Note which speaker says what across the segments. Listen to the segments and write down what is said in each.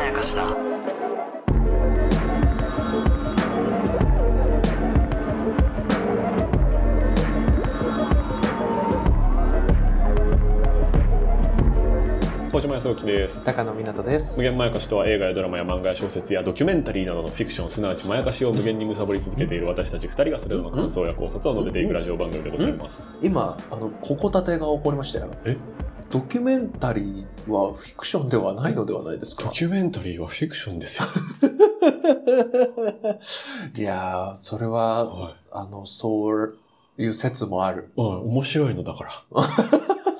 Speaker 1: やかしだ
Speaker 2: 小島康之です
Speaker 3: 高野湊です
Speaker 2: 無限まやかしとは映画やドラマや漫画や小説やドキュメンタリーなどのフィクションすなわちまやかしを無限に貪り続けている私たち2人がそれぞれの感想や考察を述べていくラジオ番組でございます
Speaker 3: 今あのここたてが起こりましたよ
Speaker 2: え
Speaker 3: ドキュメンタリーはフィクションではないのではないです
Speaker 2: ド
Speaker 3: か
Speaker 2: キュメンタリーはフィクションですよ
Speaker 3: いやーそれは
Speaker 2: はい
Speaker 3: あのそういう説もある
Speaker 2: はい面白いのだから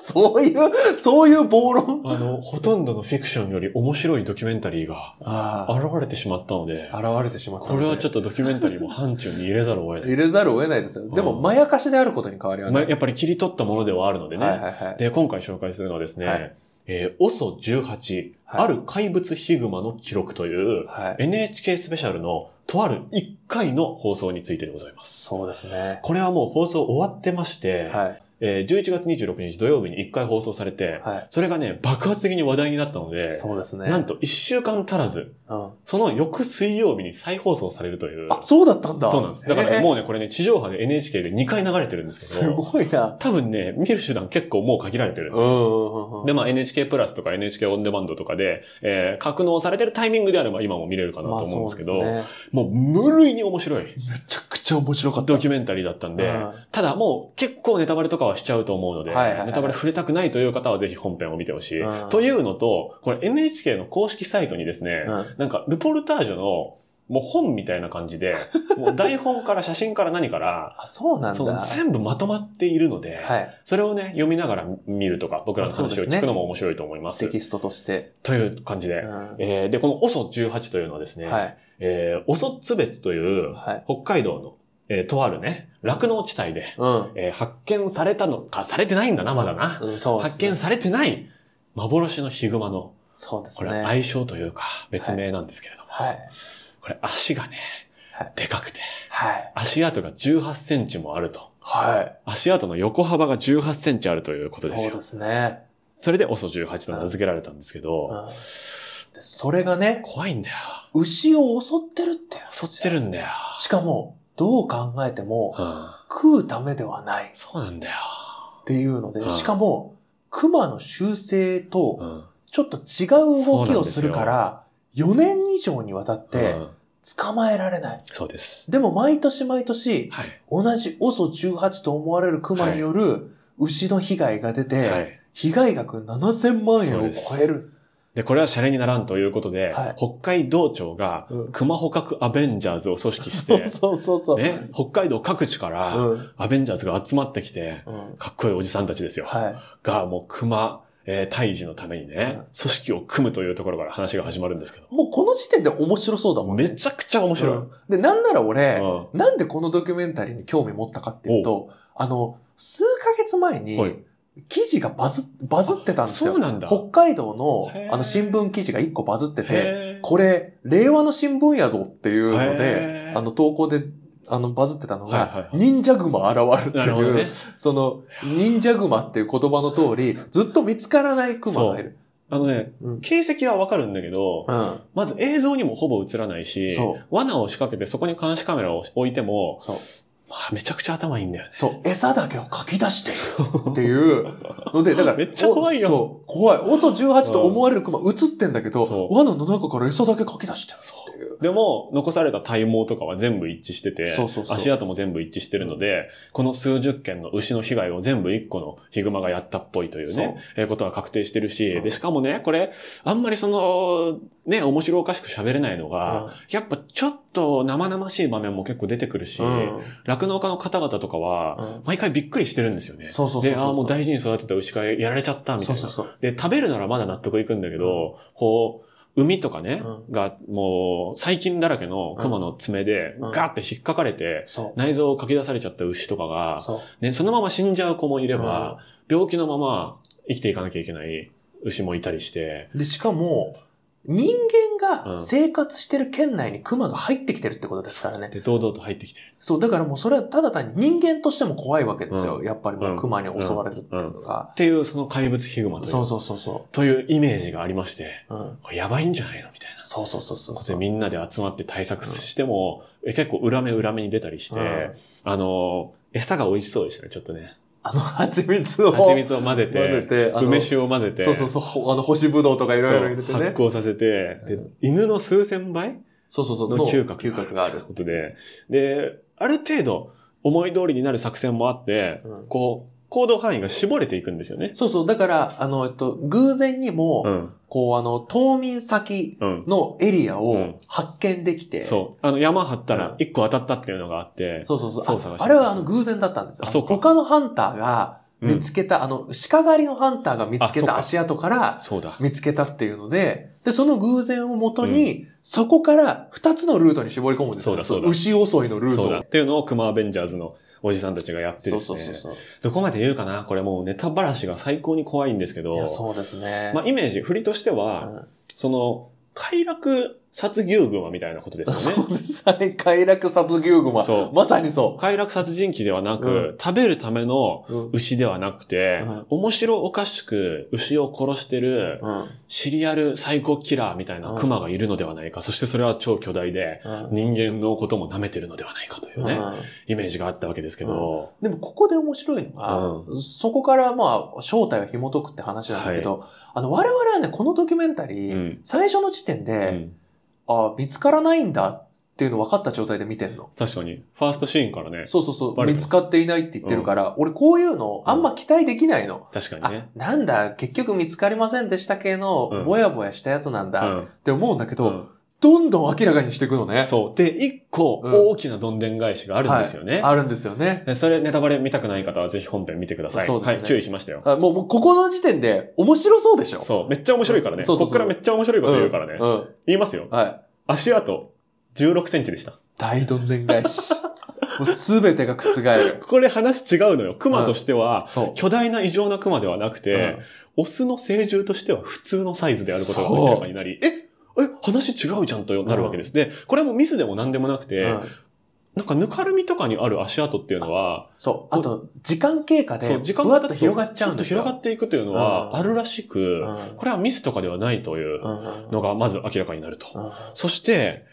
Speaker 3: そういうそういう暴論
Speaker 2: あのほとんどのフィクションより面白いドキュメンタリーが
Speaker 3: あ
Speaker 2: 現れてしまったので
Speaker 3: あ現れてしまった
Speaker 2: これはちょ
Speaker 3: っ
Speaker 2: っとドキュメンタリーも範疇に入れざるを得ない
Speaker 3: 入れざるを得ないですよで
Speaker 2: う
Speaker 3: も
Speaker 2: ん
Speaker 3: まやかしであることに変わりは
Speaker 2: ま
Speaker 3: な
Speaker 2: あ
Speaker 3: い
Speaker 2: やっぱり切り取ったものではあるのでね、
Speaker 3: はいはいはい
Speaker 2: で、今回紹介するのはですね、
Speaker 3: はい
Speaker 2: えー、OSO18、
Speaker 3: はい
Speaker 2: ある怪物ヒグマの記録という、
Speaker 3: はい
Speaker 2: NHK スペシャルのとある1回の放送についてでございます。
Speaker 3: そうですね
Speaker 2: これはもう放送終わってまして、
Speaker 3: はい
Speaker 2: えー11月26日土曜日に1回放送されて、
Speaker 3: はい
Speaker 2: それがね、爆発的に話題になったので、
Speaker 3: そうですね
Speaker 2: なんと1週間足らず、
Speaker 3: うん
Speaker 2: その翌水曜日に再放送されるという。
Speaker 3: あそうだったんだ
Speaker 2: そうなんです。だからね
Speaker 3: へー
Speaker 2: もうね、これね、地上波で NHK で2回流れてるんですけ
Speaker 3: す
Speaker 2: ど、
Speaker 3: ごいな
Speaker 2: 多分ね、見る手段結構もう限られてるん
Speaker 3: う
Speaker 2: ですよ
Speaker 3: んうんうんうん
Speaker 2: で、まあ NHK プラスとか NHK オンデマンドとかで、えー格納されてるタイミングであれば今も見れるかなと思うんですけど、
Speaker 3: まあそうですね
Speaker 2: もう無類に面白い
Speaker 3: めちゃくちゃ面白かった。
Speaker 2: ドキュメンタリーだったんで、
Speaker 3: うん
Speaker 2: ただもう結構ネタバレとかはしちゃうと思うので、
Speaker 3: はいはいはい
Speaker 2: ネタバレ触れたくないという方はぜひ本編を見てほしい。
Speaker 3: うん
Speaker 2: というのと、これ NHK の公式サイトにですね、
Speaker 3: うん
Speaker 2: なんかルポルタージュのもう本みたいな感じ で、もう台本から写真から何から、
Speaker 3: あ、そうなん
Speaker 2: その
Speaker 3: だ。
Speaker 2: 全部まとまっているので、
Speaker 3: はい。
Speaker 2: それをね、読みながら見るとか、僕らの
Speaker 3: あそうで
Speaker 2: 話を
Speaker 3: すね
Speaker 2: 聞くのも面白いと思います。
Speaker 3: テキストとして。
Speaker 2: という感じで。
Speaker 3: うん
Speaker 2: えーで、この OSO18 というのはですね、
Speaker 3: はい。
Speaker 2: えー、オソツベツという
Speaker 3: はい。
Speaker 2: 北海道の、えーとあるね、酪農地帯で、
Speaker 3: うん
Speaker 2: えー発見されたのか、されてないんだな、まだな。
Speaker 3: うん。そうで
Speaker 2: 発
Speaker 3: すね
Speaker 2: 見。されてない幻のヒグマの、
Speaker 3: そうです
Speaker 2: これは
Speaker 3: ね。
Speaker 2: 愛称というか、別名なんですけれども、
Speaker 3: はい。
Speaker 2: これ足がね
Speaker 3: はい、
Speaker 2: でかくて、
Speaker 3: はい。
Speaker 2: 足跡が18センチもあると。
Speaker 3: はい。
Speaker 2: 足跡の横幅が18センチあるということ
Speaker 3: そう
Speaker 2: ですよ。
Speaker 3: ですね。
Speaker 2: それで OSO18 と名付けられたんですけ
Speaker 3: う
Speaker 2: ど、
Speaker 3: んでそれがね、
Speaker 2: 怖いんだよ。
Speaker 3: 牛を襲ってるって。
Speaker 2: 襲って。るんだよ。
Speaker 3: しかも、どう考えても、
Speaker 2: うん。
Speaker 3: 食うためではないっ
Speaker 2: そうなんだよ。
Speaker 3: ていうの
Speaker 2: う
Speaker 3: で、
Speaker 2: ん
Speaker 3: しかも、熊の習性
Speaker 2: う
Speaker 3: と、
Speaker 2: ん。
Speaker 3: ちょっと違う動きをするから、4年以上にわたって
Speaker 2: う、ん
Speaker 3: 捕まえられない。
Speaker 2: そうです。
Speaker 3: でも毎年毎年、
Speaker 2: はい。
Speaker 3: 同じ OSO18 と思われる熊による牛の被害が出て、
Speaker 2: はい。
Speaker 3: 被害額7000万円を超える。
Speaker 2: で、これはシャレにならんということで、
Speaker 3: はい
Speaker 2: 北海道庁が
Speaker 3: うん
Speaker 2: 熊捕獲アベンジャーズを組織し
Speaker 3: そう
Speaker 2: て、
Speaker 3: そうそうそう。
Speaker 2: ね、北海道各地から
Speaker 3: うん。
Speaker 2: アベンジャーズが集まってきて、
Speaker 3: うん。
Speaker 2: かっこいいおじさんたちですよ。
Speaker 3: は
Speaker 2: が、もう熊、えー退治のためにね、
Speaker 3: うん
Speaker 2: 組織を組むというところから話が始まるんですけど、
Speaker 3: い。もうこの時点で面白そうだもんね。
Speaker 2: めちゃくちゃ面白い。
Speaker 3: うんで、なんなら俺、
Speaker 2: うん
Speaker 3: なんでこのドキュメンタリーに興味持ったかっていうと、あの、数ヶ月前に、
Speaker 2: はい
Speaker 3: 記事がバズ、バズってたんですよ。
Speaker 2: そうなんだ
Speaker 3: 北海道の
Speaker 2: へ、ー
Speaker 3: あの、新聞記事が一個バズってて、
Speaker 2: へー
Speaker 3: これ、令和の新聞やぞっていうの
Speaker 2: へ
Speaker 3: で
Speaker 2: ー、
Speaker 3: あの、投稿で、あの、バズってたのが、
Speaker 2: はいはいはい
Speaker 3: 忍者熊現る
Speaker 2: な
Speaker 3: って
Speaker 2: るほど
Speaker 3: いう、
Speaker 2: ね。
Speaker 3: その、忍者熊っていう言葉の通り、ずっと見つからない熊がいる。
Speaker 2: あのね、
Speaker 3: うん。
Speaker 2: 形跡はわかるんだけど、
Speaker 3: うん。
Speaker 2: まず映像にもほぼ映らないし
Speaker 3: そう、
Speaker 2: 罠を仕掛けてそこに監視カメラを置いても、
Speaker 3: そう。
Speaker 2: まあ、めちゃくちゃ頭いいんだよね。
Speaker 3: そう。餌だけをかき出してるっていうので、だか ら。
Speaker 2: めっちゃ怖いよ
Speaker 3: おそう。怖い。OSO18 と思われる熊映ってんだけ
Speaker 2: そ
Speaker 3: ど、
Speaker 2: う
Speaker 3: 罠の中から餌だけかき出してるっていう。
Speaker 2: でも、残された体毛とかは全部一致してて、
Speaker 3: そうそうそう
Speaker 2: 足跡も全部一致してるので、この数十件の牛の被害を全部一個のヒグマがやったっぽいというね、えーことは確定してるし、
Speaker 3: うん
Speaker 2: で、しかもね、これ、あんまりその、ね、面白おかしく喋れないのが、やっぱちょっと生々しい場面も結構出てくるし、
Speaker 3: うんうん
Speaker 2: 酪農家の方々とかは、
Speaker 3: うん
Speaker 2: 毎回びっくりしてるんですよね。
Speaker 3: そうそうそうそう
Speaker 2: で、ああ、もう大事に育てた牛がやられちゃったみた
Speaker 3: そ
Speaker 2: いうな。
Speaker 3: そうそう。
Speaker 2: で、食べるならまだ納得いくんだけど、こう、海とかね、
Speaker 3: う
Speaker 2: がもう細菌だらけの熊の爪で
Speaker 3: うん
Speaker 2: ガーって引っかかれて、
Speaker 3: そ
Speaker 2: 内臓をかき出されちゃった牛とか
Speaker 3: う。
Speaker 2: が、
Speaker 3: そう。
Speaker 2: ね、そのまま死んじゃう子もいれ
Speaker 3: う
Speaker 2: ば、病気のまま生きていかなきゃいけない牛もいたりして、
Speaker 3: で、しかも、人間が生活してる圏内にクマが入ってきてるってことですからね。
Speaker 2: で、堂々と入ってきてる。
Speaker 3: そう、だからもうそれはただ単に人間としても怖いわけですよ。やっぱりもうクマに襲われるっていうのが
Speaker 2: っ。ていう、その怪物ヒグマという
Speaker 3: そうそうそうそ
Speaker 2: というイメージがありまして、
Speaker 3: う。うん。
Speaker 2: これやばいんじゃないのみたいな。
Speaker 3: そうそうそうそう。
Speaker 2: ここでみんなで集まって対策しても、え結構裏目裏目に出たりして、
Speaker 3: うん
Speaker 2: あの、餌が美味しそうでしたね、ちょっとね。
Speaker 3: あの、蜂蜜を。
Speaker 2: 蜂蜜を混ぜ
Speaker 3: 混ぜ
Speaker 2: て、
Speaker 3: て、あの
Speaker 2: 梅酒を混ぜて、
Speaker 3: そうそうそうほ、あの、干しぶどうとかいろいろ入れて
Speaker 2: そう
Speaker 3: ね
Speaker 2: 発。酵させて、で
Speaker 3: う
Speaker 2: 犬の数千倍
Speaker 3: そうそうそう。
Speaker 2: の嗅覚
Speaker 3: 嗅覚があ
Speaker 2: という
Speaker 3: る。
Speaker 2: ことで、で、ある程度思い通りになる作戦もあって、
Speaker 3: うん
Speaker 2: こう、行動範囲が絞れていくんですよね。
Speaker 3: そうそう。だから、あの、えっと、偶然にも、
Speaker 2: うん。
Speaker 3: こう、あの、冬眠先
Speaker 2: うん。
Speaker 3: のエリア
Speaker 2: うん
Speaker 3: を発見できて、
Speaker 2: そう。あの、山張った
Speaker 3: う
Speaker 2: ら
Speaker 3: ん
Speaker 2: 一個当たったっていうのがあって、
Speaker 3: そうそうそう
Speaker 2: そう探して
Speaker 3: ああれはあの偶然だったんですよ。
Speaker 2: あそうか
Speaker 3: 他のハンターが見つけた、あの、鹿狩りのハンターが見つけ
Speaker 2: あそうか
Speaker 3: た足跡から
Speaker 2: そうだ。
Speaker 3: 見つけたっていうので、で、その偶然をもとに、そこから二つのルートに絞り込むんですよ。
Speaker 2: そうだそうだ
Speaker 3: 牛襲いのルート
Speaker 2: そうだ。
Speaker 3: を
Speaker 2: っ。ていうのをクマアベンジャーズのおじさんたちがやってる、
Speaker 3: そう
Speaker 2: ね。
Speaker 3: そうそうそう。
Speaker 2: どこまで言うかなこれもうネタばらしが最高に怖いんですけ
Speaker 3: い
Speaker 2: ど
Speaker 3: や、、そうですね。
Speaker 2: まあイメージ、振りとしては、その、快楽殺牛群みたいなことで
Speaker 3: うん
Speaker 2: すよね
Speaker 3: そ。うですね。快楽殺牛群は、
Speaker 2: そう
Speaker 3: まさにそ
Speaker 2: 快楽殺人鬼ではなく、
Speaker 3: う
Speaker 2: 食べるための
Speaker 3: う。うん。
Speaker 2: 牛ではなくて、
Speaker 3: うん
Speaker 2: 面白おかしく牛を殺してる
Speaker 3: うん。
Speaker 2: シリアルサイコキラーみたいなクマがいるのではないか。そしてそれは超巨大で、
Speaker 3: うん
Speaker 2: 人間のことも舐めてるのではないかというね、イメージがあったわけですけど、
Speaker 3: でもここで面白いのが、
Speaker 2: う
Speaker 3: そこからまあ正体を紐解くって話なんだけど、あの我々はね、このドキュメンタリ
Speaker 2: う
Speaker 3: ー、
Speaker 2: ん。
Speaker 3: 最初の時点
Speaker 2: う
Speaker 3: で、
Speaker 2: ん
Speaker 3: あ見つからないんだっていうの分かった状態で見てんの。
Speaker 2: 確かに、ファーストシーンからね、
Speaker 3: そうそうそう、
Speaker 2: バレて
Speaker 3: 見
Speaker 2: る
Speaker 3: つかっていないって言ってるから、俺こういうのあんま期待できないの。
Speaker 2: 確か
Speaker 3: あ
Speaker 2: にね。、
Speaker 3: なんだ、結局見つかりませんでした系
Speaker 2: うん
Speaker 3: の、ぼやぼやしたやつなん
Speaker 2: う
Speaker 3: だっ
Speaker 2: ん
Speaker 3: て思うんだけど、
Speaker 2: うん
Speaker 3: どんどん明らかにしていくのね。
Speaker 2: そう。で、一個
Speaker 3: うん
Speaker 2: 大きなどんでん返しがあるんですよね。
Speaker 3: あるんですよね。
Speaker 2: でそれネタバレ見たくない方はぜひ本編見てください。
Speaker 3: そうですね
Speaker 2: はい、注意しましたよ。
Speaker 3: あもう、もうここの時点で面白そうでしょ。
Speaker 2: そう、めっちゃ面白いからね。
Speaker 3: そうそうそう
Speaker 2: こっからめっちゃ面白いこと言うからね。
Speaker 3: うん。うん
Speaker 2: 言いますよ。
Speaker 3: はい。
Speaker 2: 足跡16センチでした。
Speaker 3: 大どんでん返 し。もうすべてが覆る。
Speaker 2: これ話違うのよ。熊としては、
Speaker 3: そう。
Speaker 2: 巨大な異常な熊ではなくて、オスの成獣としては普通のサイズであることが明らかになり、ええ、話違うじゃんとなるわけです。で、これもミスでも何でもなくて、
Speaker 3: うんうん
Speaker 2: なんかぬかるみとかにある足跡っていうのは、
Speaker 3: そう。あと、時間経過
Speaker 2: そ
Speaker 3: で、
Speaker 2: う、時間
Speaker 3: ぶわ
Speaker 2: が経
Speaker 3: っと
Speaker 2: つと
Speaker 3: 広がっちゃうんです
Speaker 2: ちょっ
Speaker 3: よ。
Speaker 2: と広がっていくというの
Speaker 3: うん
Speaker 2: はあるらしく、
Speaker 3: うん
Speaker 2: これはミスとかではないというのがまず明らかになると。
Speaker 3: うんうん
Speaker 2: そして、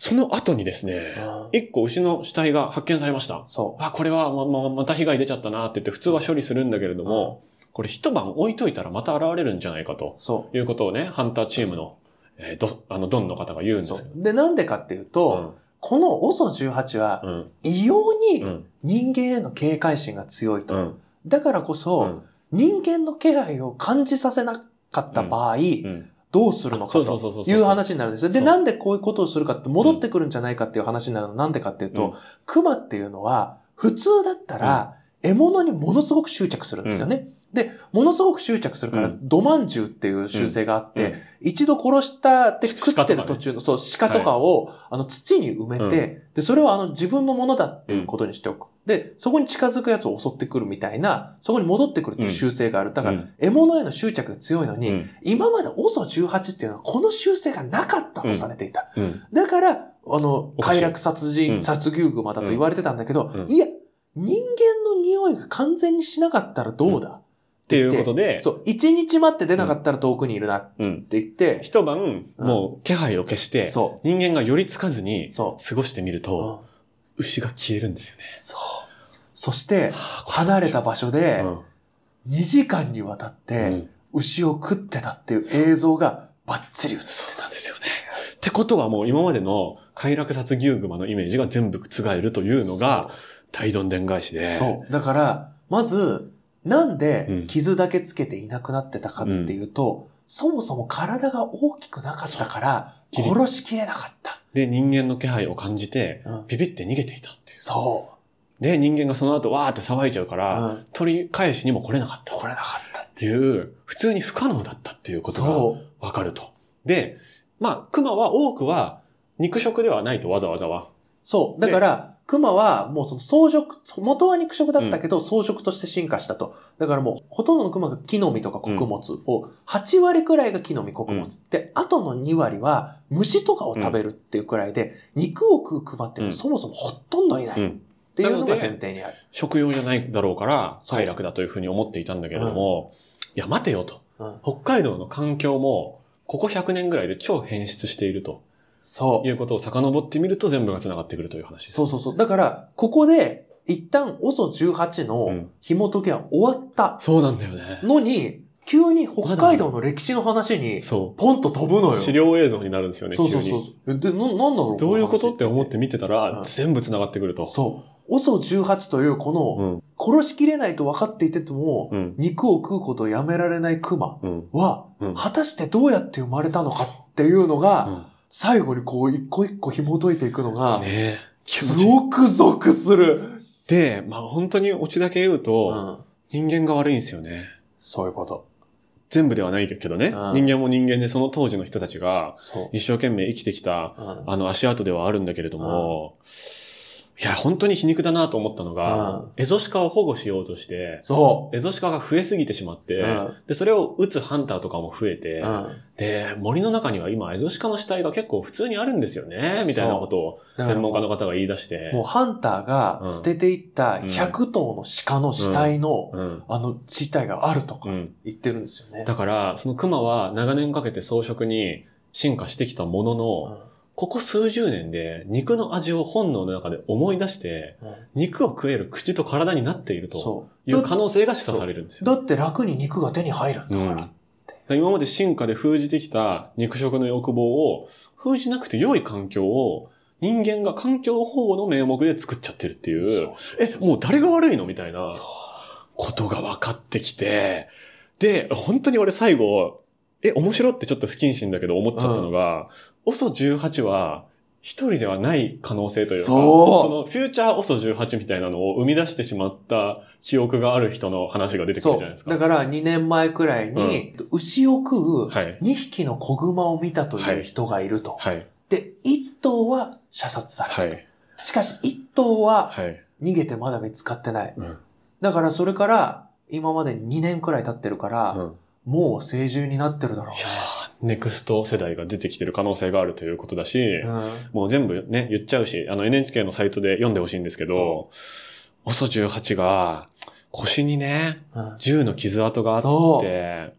Speaker 2: その後にですね、
Speaker 3: うん
Speaker 2: 一個牛の死体が発見されました。
Speaker 3: そ
Speaker 2: あ、これはまままた被害出ちゃったなって言って普通は処理するんだけれども、これ一晩置いといたらまた現れるんじゃないかと
Speaker 3: う。そ
Speaker 2: いうことをね、ハンターチームの、えーど、あの、ドンの方が言うん
Speaker 3: う。
Speaker 2: です
Speaker 3: そ
Speaker 2: けど
Speaker 3: う。。で、なんでかっていうと、この OSO18 は
Speaker 2: う、ん。
Speaker 3: 異様
Speaker 2: うん。う
Speaker 3: に
Speaker 2: ん。
Speaker 3: 人間への警戒心が強いうと。
Speaker 2: ん。
Speaker 3: だからこ
Speaker 2: う
Speaker 3: そ、
Speaker 2: ん。
Speaker 3: 人間の気配を感じさせなかった場合、
Speaker 2: うん。
Speaker 3: どうするのか
Speaker 2: そうそう
Speaker 3: と。
Speaker 2: そうそう。
Speaker 3: いう話になるんですよ。で、
Speaker 2: そう
Speaker 3: なんでこういうことをするかって、戻ってくるんじゃないかっていう話になるのなんでかっていうと、熊っていうのは、普通だったら、獲物にものすごく執着するんですよね。で、ものすごく執着するか
Speaker 2: う
Speaker 3: ら、
Speaker 2: ん
Speaker 3: 土まんじゅうっていう習性があって、
Speaker 2: うんうん
Speaker 3: 一度殺したって食って
Speaker 2: 鹿とか
Speaker 3: る
Speaker 2: ね
Speaker 3: 途中の、そう、鹿とかを、あの、土に埋めて、で、それをあの、自分のものだっていうことにしておく。で、そこに近づくやつを襲ってくるみたいな、そこに戻ってくるっていう習性がある。だから、
Speaker 2: うん
Speaker 3: 獲物への執着が強いのに、
Speaker 2: うん
Speaker 3: 今まで OSO18 っていうのはこの習性がなかったとされていた。
Speaker 2: うん。
Speaker 3: だから、あの、
Speaker 2: おかしい
Speaker 3: 快楽殺
Speaker 2: う
Speaker 3: 人、
Speaker 2: ん
Speaker 3: 殺牛熊だと言われてたんだけど、
Speaker 2: うん
Speaker 3: いや、人間の匂いが完全にしなかったらどうだ、
Speaker 2: っていうことで、
Speaker 3: そう、一日待って出なかったら遠くにいるなっ
Speaker 2: うん。
Speaker 3: て言って、
Speaker 2: 一晩、もう気配を消して、
Speaker 3: そ
Speaker 2: 人間が寄りつかずに
Speaker 3: う、そ
Speaker 2: 過ごしてみる
Speaker 3: う、
Speaker 2: と、
Speaker 3: うん
Speaker 2: 牛が消えるんですよね。
Speaker 3: そう。そし
Speaker 2: は
Speaker 3: て、離れた場所で
Speaker 2: う、
Speaker 3: 2時間にわたっ
Speaker 2: んう
Speaker 3: て、
Speaker 2: ん
Speaker 3: 牛を食ってたっていう映像がバッチリ映ってたんですよね。
Speaker 2: ってことはもう今までの快楽殺牛熊のイメージが全部覆るというのが、大どんでん返しで。
Speaker 3: そう。だから、まず、なん
Speaker 2: うん
Speaker 3: で傷だけつけていなくなってたかっていうと、そもそも体が大きくなかったから、
Speaker 2: そう切り
Speaker 3: 殺しきれなかった。
Speaker 2: で、人間の気配を感じて、
Speaker 3: うん
Speaker 2: ビビって逃げていたっていう。
Speaker 3: そ
Speaker 2: で、人間がその後わーって騒いじゃうか
Speaker 3: う。う
Speaker 2: ら、
Speaker 3: ん。
Speaker 2: 取り返しにも来れなかった。
Speaker 3: 来れ
Speaker 2: っ
Speaker 3: なかった。
Speaker 2: ていう、普通に不可能だったっていうことが
Speaker 3: そう。
Speaker 2: わかると。で、まあ、熊は多くは肉食ではないとわざわざは。
Speaker 3: そう。だから、熊はもうその草食、元は肉食だったけど、草食として進化したと。だからもう、ほとんどの熊が木の実とか穀物を、8割くらいが木の実穀物。
Speaker 2: うん
Speaker 3: で、あとの2割は虫とかを食べるっていうくらいで、肉を食う熊っていうの
Speaker 2: うん
Speaker 3: はそもそもほとんどいない。
Speaker 2: うん
Speaker 3: っていうのが前提にある。
Speaker 2: 食用じゃないだろうから、
Speaker 3: そう
Speaker 2: 快楽だというふうに思っていたんだけれども、いや、待てよと。
Speaker 3: うん
Speaker 2: 北海道の環境も、ここ100年ぐらいで超変質していると
Speaker 3: そう
Speaker 2: い。うことを遡ってみると全部が繋がってくるという話です。
Speaker 3: そうそうそう。だから、ここで、一旦 OSO18
Speaker 2: うん
Speaker 3: の紐解きは終わった
Speaker 2: そうなんだよね。
Speaker 3: のに、急に北海道の歴史の話に、
Speaker 2: そ
Speaker 3: ポンと飛ぶの
Speaker 2: う。
Speaker 3: よ。
Speaker 2: 資料映像になるんですよね、
Speaker 3: そうそう
Speaker 2: 急
Speaker 3: そ
Speaker 2: に
Speaker 3: う。えで、な、なんだろう
Speaker 2: どういうこと
Speaker 3: の話
Speaker 2: って思って見てたら、
Speaker 3: うん
Speaker 2: 全部繋がってくると。
Speaker 3: そう。OSO18 というこの、
Speaker 2: ん。
Speaker 3: 殺しきれないと分かっていても、
Speaker 2: うん。
Speaker 3: 肉を食うことをやめられない熊
Speaker 2: うん。
Speaker 3: は、
Speaker 2: うん
Speaker 3: 果たしてどうやって生まれたのかっていうのが、最後にこう一個一個紐解いていくのが、
Speaker 2: ねえ。
Speaker 3: すごくゾクする、
Speaker 2: で、まあ本当にオチだけ言う
Speaker 3: う
Speaker 2: と、
Speaker 3: ん
Speaker 2: 人間が悪いんですよね。
Speaker 3: そういうこと。
Speaker 2: 全部ではないけどね。
Speaker 3: うん
Speaker 2: 人間も人間で、その当時の人たちが、
Speaker 3: そう。
Speaker 2: 一生懸命生きてきた、
Speaker 3: うん
Speaker 2: あの足跡ではあるんだけれども、いや、本当に皮肉だなと思ったの
Speaker 3: う
Speaker 2: が
Speaker 3: ん、
Speaker 2: エゾシカを保護しようとして、
Speaker 3: そ
Speaker 2: エゾシカが増えすぎてしまっ
Speaker 3: う。
Speaker 2: て
Speaker 3: う、ん
Speaker 2: で、それを撃つハンターとかも増えて、
Speaker 3: うん
Speaker 2: で、森の中には今、エゾシカの死体が結構普通にあるんですよね、みたいなことを
Speaker 3: だから
Speaker 2: 専門家の方が言い出して。
Speaker 3: もうハンターが捨てていった100頭の鹿の死体の、
Speaker 2: うん。
Speaker 3: あの死体があるとか
Speaker 2: うん。
Speaker 3: 言ってるんですよね。
Speaker 2: だから、そのクマは長年かけて草食に進化してきたものの、ここ数十年で肉の味を本能の中で思い出して、
Speaker 3: うんうん
Speaker 2: 肉を食える口と体になっていると
Speaker 3: そ
Speaker 2: いう可能性が示唆されるんです
Speaker 3: う。
Speaker 2: よ。
Speaker 3: だって楽に肉が手に入るんだから。
Speaker 2: うん今まで進化で封じてきた肉食の欲望を封じなくて良い環境を人間が環境保護の名目で作っちゃってるっていう。え、もう誰が悪いのみたいな
Speaker 3: そ
Speaker 2: ことが分かってきて、で、本当に俺最後、え、面白ってちょっと不謹慎だけど思っちゃったのが、OSO18 は一人ではない可能性というか、
Speaker 3: そう
Speaker 2: のフューチャー OSO18 みたいなのを生み出してしまった記憶がある人の話が出てく
Speaker 3: う。
Speaker 2: る
Speaker 3: そ
Speaker 2: じゃないです
Speaker 3: う。
Speaker 2: か。
Speaker 3: だから2年前くらいに、牛を食う
Speaker 2: はい。
Speaker 3: 2匹の子熊を見たと
Speaker 2: はいいう
Speaker 3: 人がいると。
Speaker 2: はい。
Speaker 3: で、1頭は射殺された
Speaker 2: は
Speaker 3: と。
Speaker 2: い。
Speaker 3: しかし1頭は
Speaker 2: はい。
Speaker 3: 逃げてまだ見つかってない。
Speaker 2: うん。
Speaker 3: だからそれから、今まで2年くらい経ってるから、
Speaker 2: うん
Speaker 3: もう成獣になってるだろ
Speaker 2: いやーネクスト世代が出てきてる可能性があるということだし、
Speaker 3: う。うん
Speaker 2: もう全部ね、言っちゃうし、あの NHK のサイトで読んでほしいんですけど、OSO18 が腰にね、
Speaker 3: うん
Speaker 2: 銃の傷跡があっ
Speaker 3: そ
Speaker 2: て、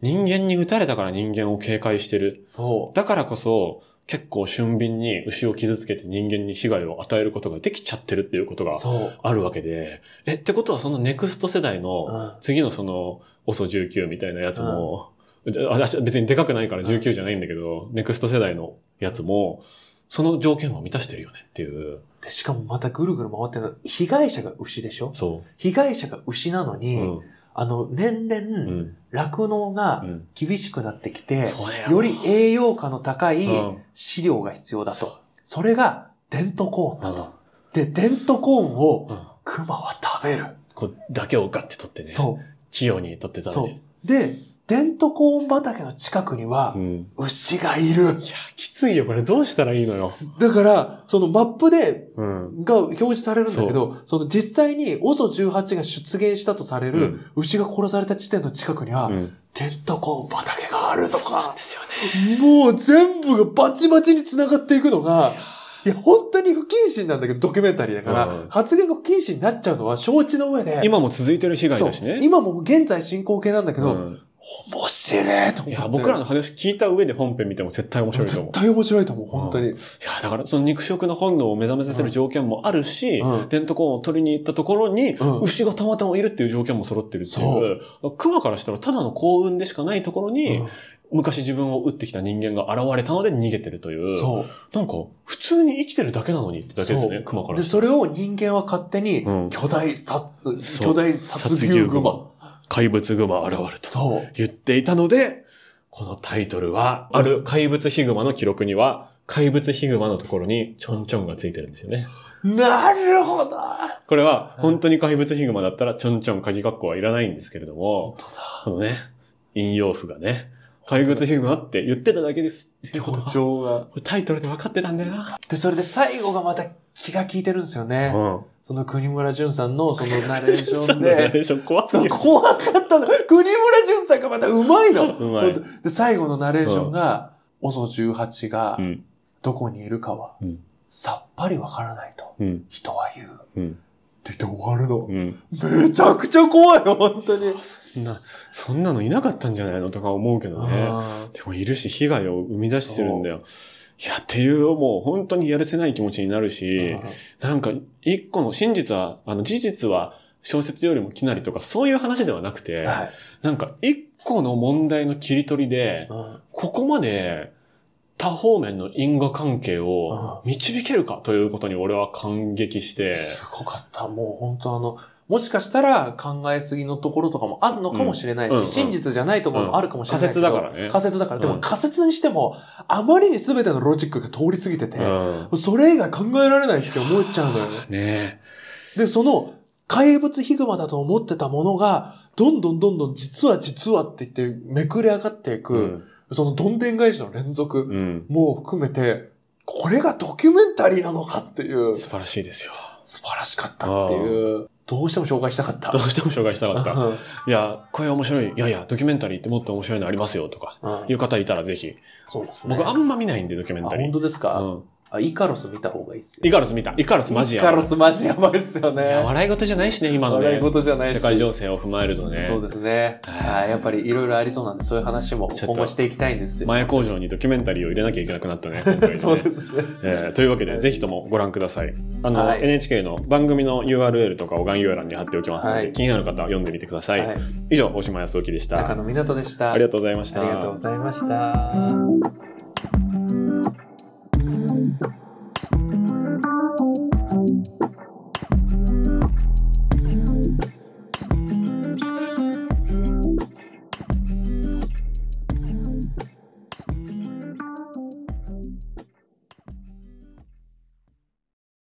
Speaker 2: 人間に撃たれたから人間を警戒してる。
Speaker 3: う。そ
Speaker 2: だからこそ、結構俊敏に牛を傷つけて人間に被害を与えることができちゃってるっていうことが
Speaker 3: う。そう。
Speaker 2: あるわけで、え、ってことはそのネクスト世代の、
Speaker 3: うん
Speaker 2: 次のその OSO19 みたいなやつも、私別にでかくないから19じゃないんだけど、ネクスト世代のやつも、その条件は満たしてるよねっていう。
Speaker 3: で、しかもまたぐるぐる回ってるの、被害者が牛でしょ
Speaker 2: そ
Speaker 3: 被害者が牛なの
Speaker 2: う。
Speaker 3: に、
Speaker 2: うん。
Speaker 3: あの、
Speaker 2: う
Speaker 3: 年々、
Speaker 2: ん。
Speaker 3: 酪農が
Speaker 2: うん。
Speaker 3: 厳しくなってきて、
Speaker 2: そうや
Speaker 3: より栄養価の高い
Speaker 2: うん
Speaker 3: 飼料が必要だと。
Speaker 2: そ
Speaker 3: それが、デントコーン
Speaker 2: う
Speaker 3: だと。
Speaker 2: ん
Speaker 3: で、デントコーンを、
Speaker 2: うん
Speaker 3: クマは食べる。
Speaker 2: こう、だけをガッて取ってね。
Speaker 3: そ
Speaker 2: 器用に取って
Speaker 3: う。
Speaker 2: 食べ
Speaker 3: そ
Speaker 2: て。
Speaker 3: う。で、デントコーン畑の近くには
Speaker 2: う、ん。
Speaker 3: 牛がいる。
Speaker 2: いや、きついよ。これどうしたらいいのよ。
Speaker 3: だから、そのマップで、
Speaker 2: うん。
Speaker 3: が表示されるんだけど、その実際に OSO18 が出現したとされ
Speaker 2: う
Speaker 3: る
Speaker 2: ん
Speaker 3: 牛が殺された地点の近くには、
Speaker 2: うん。
Speaker 3: デントコーン畑があると
Speaker 2: そうなん
Speaker 3: か、
Speaker 2: ですよね。
Speaker 3: もう全部がバチバチに繋がっていくのが、いや、本当に不謹慎なんだけど、ドキュメンタリーだから、
Speaker 2: うん
Speaker 3: 発言が不謹慎になっちゃうのは承知の上で、
Speaker 2: 今も続いてる被害だし
Speaker 3: そう
Speaker 2: ね。
Speaker 3: 今も現在進行形なんだけど、
Speaker 2: うん
Speaker 3: 面白いと思って。
Speaker 2: いや、僕らの話聞いた上で本編見ても絶対面白いと思う
Speaker 3: 絶。対面白いと思う、本当に。
Speaker 2: いや、だから、その肉食の本能を目覚めさせる条件もあるし、
Speaker 3: うん
Speaker 2: デントコーンを取りに行ったところに、
Speaker 3: うん
Speaker 2: 牛がたまたまいるっていう条件も揃ってるっていう、クマからしたらただの幸運でしかないところに、
Speaker 3: うん
Speaker 2: 昔自分を撃ってきた人間が現れたので逃げてるという。
Speaker 3: そう。
Speaker 2: なんか、普通に生きてるだけなのにってだけですね、クマから
Speaker 3: で、
Speaker 2: した
Speaker 3: そ
Speaker 2: ら。
Speaker 3: れを人間は勝手に
Speaker 2: うん、
Speaker 3: 巨大殺、
Speaker 2: そう
Speaker 3: 巨大殺
Speaker 2: 殺
Speaker 3: 牛
Speaker 2: 牛
Speaker 3: 熊
Speaker 2: 熊。怪物グマ現れた。
Speaker 3: そう。
Speaker 2: 言っていたので、このタイトルは、ある怪物ヒグマの記録には、怪物ヒグマのところにちょんちょんがついてるんですよね。
Speaker 3: なるほど
Speaker 2: これは、本当に怪物ヒグマだったら、ちょんちょん鍵括弧はいらないんですけれども、
Speaker 3: 本当だ。
Speaker 2: このね、引用符がね、怪物ヒグマって言ってただけです。
Speaker 3: 強調が。
Speaker 2: これタイトルで分かってたんだよな。
Speaker 3: で、それで最後がまた気が利いてるんですよね。
Speaker 2: うん。
Speaker 3: その国村淳さんのそのナレーション
Speaker 2: ナレ
Speaker 3: で。
Speaker 2: ーション怖す
Speaker 3: そ
Speaker 2: ぎ
Speaker 3: う、
Speaker 2: る。
Speaker 3: 怖かったの。国村淳さんがまたうまいの。
Speaker 2: うまい。
Speaker 3: で、最後のナレーションが、OSO18 が
Speaker 2: う、ん。
Speaker 3: どこにいるかは
Speaker 2: うん、
Speaker 3: さっぱりわからないと、
Speaker 2: うん。
Speaker 3: 人は言う。っ
Speaker 2: うん。
Speaker 3: て言って終わるの。
Speaker 2: うん。
Speaker 3: めちゃくちゃ怖い、本当に。
Speaker 2: そんな、そんなのいなかったんじゃないのとか思うけどね。でもいるし、被害を生み出してるんだよ。いや、っていう、もう本当にやるせない気持ちになるし、なんか、一個の真実は、あの、事実は小説よりもきなりとか、そういう話ではなくて、
Speaker 3: はい。
Speaker 2: なんか、一個の問題の切り取りで、
Speaker 3: うん
Speaker 2: ここまで多方面の因果関係を導けるかということに俺は感激して、
Speaker 3: すごかった。もう本当あの、もしかしたら考えすぎのところとかもあるのかもしれないし、
Speaker 2: うんうん
Speaker 3: 真実じゃないところもあるかもしれ
Speaker 2: 仮
Speaker 3: ないけ
Speaker 2: 説
Speaker 3: ど、
Speaker 2: だからね。
Speaker 3: 仮説だから。で
Speaker 2: う
Speaker 3: も
Speaker 2: ん
Speaker 3: 仮説にしても、あまりに全てのロジックが通り過ぎてて、
Speaker 2: うん
Speaker 3: それ以外考えられないって思っちゃう のよね。
Speaker 2: ね
Speaker 3: で、その怪物ヒグマだと思ってたものが、どんどんどんどん実は実はって言ってめくれ上がってい
Speaker 2: え。
Speaker 3: く、そのどんでん返しの連続
Speaker 2: うん。
Speaker 3: も含めて、これがドキュメンタリーなのかっていう、素
Speaker 2: 素晴らしいですよ。
Speaker 3: 晴らしかったっていう、どうしても紹介した かった。
Speaker 2: どうしても紹介したかった。
Speaker 3: うん
Speaker 2: いや、これ面白い。いやいや、ドキュメンタリーってもっと面白いのありますよとか、
Speaker 3: うん
Speaker 2: いう方いたらぜひ。
Speaker 3: そうですね。
Speaker 2: 僕あんま見ないんで、ドキュメン
Speaker 3: あ
Speaker 2: タリー。
Speaker 3: 本当ですか、
Speaker 2: うん
Speaker 3: あ、イカロス見た方がいいっすよ。
Speaker 2: イカロス見た。イカロスマジ
Speaker 3: イ
Speaker 2: や
Speaker 3: カ
Speaker 2: ばい。
Speaker 3: ロスマジやばいっすよね。
Speaker 2: いや、笑い事じゃないしね、今の
Speaker 3: 笑い
Speaker 2: ね。
Speaker 3: 事じゃないし。
Speaker 2: 世界情勢を踏まえるとね。
Speaker 3: そうですね。はい。やっぱりいろいろありそうなんで、そういう話も
Speaker 2: ちょっと
Speaker 3: 今後していきたいんですよ。
Speaker 2: 前工場にドキュメンタリーを入れなきゃいけなくなった ね、今回ね。
Speaker 3: そうですね。
Speaker 2: えーというわけで、ぜひともご覧ください。あの、
Speaker 3: はい
Speaker 2: NHK の番組の URL とかを概要欄に貼っておきますので、
Speaker 3: はい
Speaker 2: 気になる方は読んでみてください。
Speaker 3: はい。
Speaker 2: 以上、大島康之でした。
Speaker 3: 高野湊斗でした。
Speaker 2: ありがとうございました。
Speaker 3: ありがとうございました。